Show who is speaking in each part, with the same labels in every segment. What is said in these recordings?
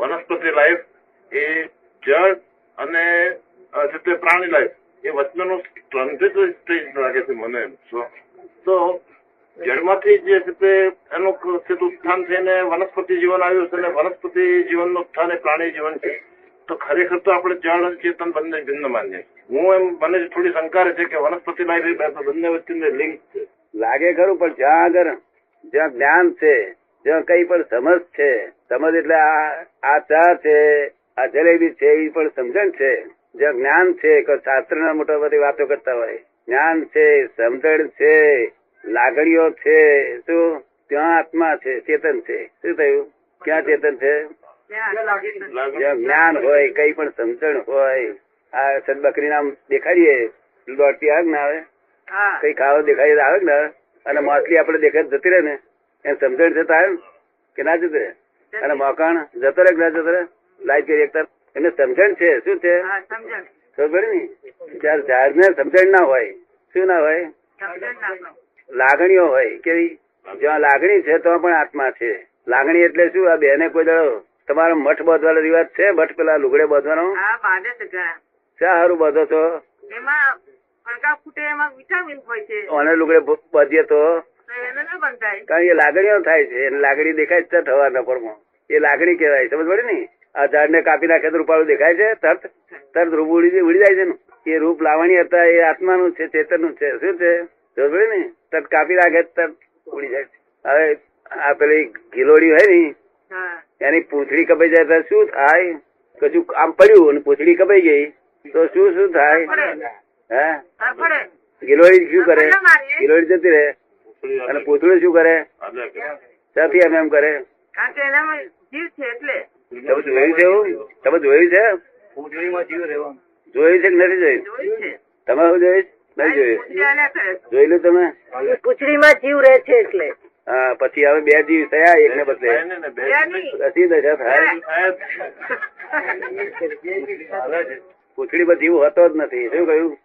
Speaker 1: વનસ્પતિ લાઈફ એ જળ અને અ, છે તે પ્રાણી લાઈફ એ વચ્ચેનો ટ્રાન્ઝિટ સ્ટેજ લાગે છે મને એમ. So, તો જળમાંથી જે છે તે એનું ક- છે તે ઉત્થાન થઈને વનસ્પતિ જીવન આવ્યું છે અને વનસ્પતિ જીવનનું ઉત્થાન એ પ્રાણી જીવન છે તો ખરેખર તો આપણે જળ અને ચેતન બંને ભિન્ન માનીએ હું એમ મને જ થોડી શંકા રહે છે કે વનસ્પતિ લાઈફ એ બે- બંને વચ્ચેની લિંક છે
Speaker 2: લાગે ખરું પણ જ્યાં આગળ જ્યાં જ્ઞાન છે જ્યાં કઈ પણ સમજ છે સમજ એટલે આ આ ચા છે આ જલેબી છે એ પણ સમજણ છે જ્યાં જ્ઞાન છે કોઈ શાસ્ત્રના મોટા બધી વાતો કરતા હોય જ્ઞાન છે સમજણ છે લાગણીઓ છે શું ત્યાં આત્મા છે ચેતન છે શું થયું ક્યાં ચેતન છે
Speaker 1: લાગણી-
Speaker 2: જ્યાં જ્ઞાન હોય કઈ પણ સમજણ હોય આ સદબકરી નામ દેખાડીએ દોડતી આવે ને આવે કઈ ખાવા દેખાય તો આવે ને અને માછલી આપણે દેખાય તો જતી રહે ને એમ સમજણ જતા આવે ને? કે ના જતી રહે અને મોકાણ જતો રહે કે ના જતો રહે લાઈટ કરી એકતા એને સમજણ છે શું છે ખબર પડી ને જ્યારે ઝાડને સમજણ ના હોય શું ના હોય લાગણીઓ હોય કેવી જ્યાં લાગણી છે તો પણ આત્મા છે લાગણી એટલે શું આ બેને કોઈ દાડો તમારો મઠ બાંધવાનો રિવાજ છે મઠ પેલા લુગડે બાંધવાનો
Speaker 3: હા બાંધે છે ઘણા
Speaker 2: શા સારું બાંધો છો
Speaker 3: એમાં ફણકા ફૂટે એમાં વિટામિન હોય છે
Speaker 2: અને લુગડે બાંધીએ તો
Speaker 3: તો એને ના બંધાય
Speaker 2: કારણ કે લાગણીઓ થાય છે અને લાગણી દેખાય છે તરત હવાના પરમાં એ લાગણી કહેવાય સમજ પડે ને આ ઝાડને કાપી નાખે તો રૂપાળું દેખાય છે તરત તરત રૂપ ઉડી જાય- ઉડી જાય છે ને એ રૂપ લાવણી હતા એ આત્માનું છે ચેતનનું છે શું છે સમજ પડી ને તરત કાપી નાખે તો તરત ઉડી જાય છે. હવે આ પેલી ગિલોડી હોય ને
Speaker 3: હા
Speaker 2: એની પૂંછડી કપાઈ જાય તો શું થાય કશું આમ પડ્યું અને પૂંછડી કપાઈ ગઈ તો શું શું થાય હે
Speaker 3: તરફડે
Speaker 2: ગિલોડી શું કરે ગિલોડી જતી રહે અને પૂંછડું શું કરે
Speaker 1: એટલે કે-
Speaker 2: ત્યાંથી એમ એમ કરે
Speaker 3: કારણ કે એનામાં જીવ છે એટલે
Speaker 2: તમે જોયું છે એવું? તમે જોયું છે જોયું છે કે નથી જોયું
Speaker 3: જોયું છે
Speaker 2: તમે શું જોયું નથી જોયું
Speaker 3: પૂંછડી આલ્યા કરે છે.
Speaker 2: જોયેલું તમે
Speaker 4: પૂછડીમાં જીવ રહે છે એટલે
Speaker 2: હા પછી હવે બે જીવ થયા એકને બદલે
Speaker 1: થાય ને ને બે-
Speaker 3: ત્યાં નહીં.
Speaker 2: અસી દશા થાય
Speaker 1: થાય જ. હાલે છે.
Speaker 2: પૂછડીમાં જીવ હોતો જ નથી શું કહ્યું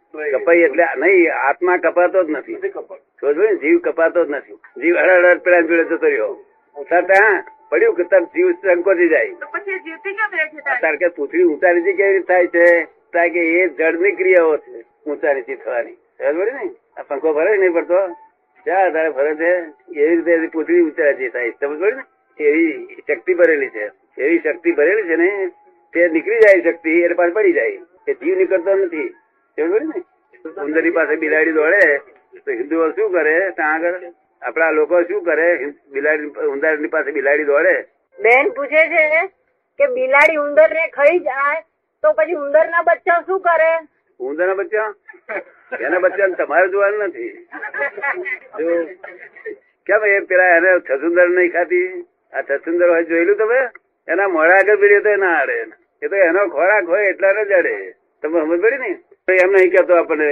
Speaker 2: કપાઈ એટલે નહીં આત્મા કપાતો જ નથી
Speaker 1: નથી ખબર.
Speaker 2: સમજ પડી ને? જીવ કપાતો જ નથી જીવ હળ હળ પેલા જોડે જતો રહ્યો તરત હા પડ્યું કે તરત જીવ સંકોચી જાય
Speaker 3: તો પછી એ જીવતી કેમ રહે છે તારી?
Speaker 2: કારણ કે પૂછડી ઊંચા નીચી કેવી રીતે થાય છે કારણ કે એ જળની ક્રિયાઓ છે ઊંચા નીચી થવાની સમજ પડી ને આ પંખો ભરે નહીં પડતો ક્યાં આધારે ભરે છે એવી રીતે એની પૂંછડી ઊંચા નીચી થાય સમજ પડી ને એવી શક્તિ ભરેલી છે એવી શક્તિ ભરેલી છે ને તે નીકળી જાય શક્તિ એટલે પાછી પડી જાય એ જીવ નીકળતો નથી સમજ પડી ને ઉંદરની પાસે બિલાડી દોડે તો હિન્દુઓ શું કરે ત્યાં આગળ આપણા લોકો શું કરે હિન્દ- બિલાડી ઉંદરની પાસે બિલાડી દોડે
Speaker 4: બેન પૂછે છે કે બિલાડી ઉંદર ને ખાઈ જાય તો પછી ઉંદર ના બચ્ચા શું કરે
Speaker 2: ઉંદરના બચ્ચા એના બચ્ચાને તમારે જોવાનું નથી જો કેમ એ પેલા એને છસુંદર નહીં ખાતી આ છસુંદર હોય જોયેલું તમે એના મોડા આગળ પીડી તો એ ના અડે એ તો એનો ખોરાક હોય એટલા ને જ અડે તમે સમજ પડી ને તો એમ નહીં કહેતો આપણને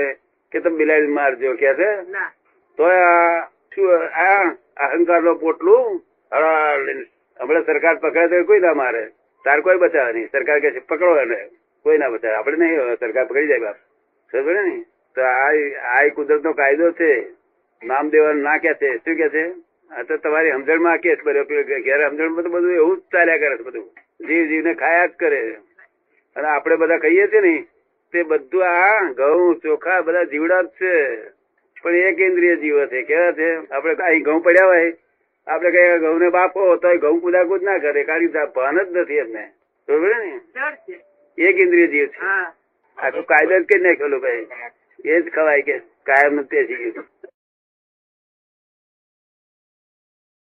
Speaker 2: કે તમે બિલાડી મારજો કે છે
Speaker 3: ના
Speaker 2: તો આ શું આ અહંકાર નો પોટલું હળાળ. હમણાં સરકાર પકડે તો કોઈ ના મારે તાર કોઈ બચાવે નહીં સરકાર કે છે પકડો એને કોઈ ના બચાવે આપણે નહીં સરકાર પકડી જાય બાપ સમજે ને તો આ આ કુદરત નો કાયદો છે નામ દેવાનું ના કે છે શું કે છે આ તો તમારી સમજણમાં આ કેસ બન્યો પેલો કે ઘેર સમજણમાં તો બધું એવું જ ચાલ્યા કરે છે બધું જીવ જીવને ખાયા જ કરે અને આપણે બધા કહીએ છીએ ને તે બધું આ ઘઉં ચોખા બધા જીવડા જ છે પણ એક ઇન્દ્રિય જીવ છે કેવા છે આપણે અહીં ઘઉં પડ્યા હોય આપણે કઈ ઘઉં ને બાફો તો ઘઉં કુદાકુદ ના કરે કારણ કે ભાન જ નથી એમને બરોબર ને
Speaker 3: જળ છે
Speaker 2: એક ઇન્દ્રિય જીવ છે
Speaker 3: હા
Speaker 2: આખું કાયદો જ કઈ નાખેલું ભાઈ એ જ ખવાય કે કાયમ નું તે જીવ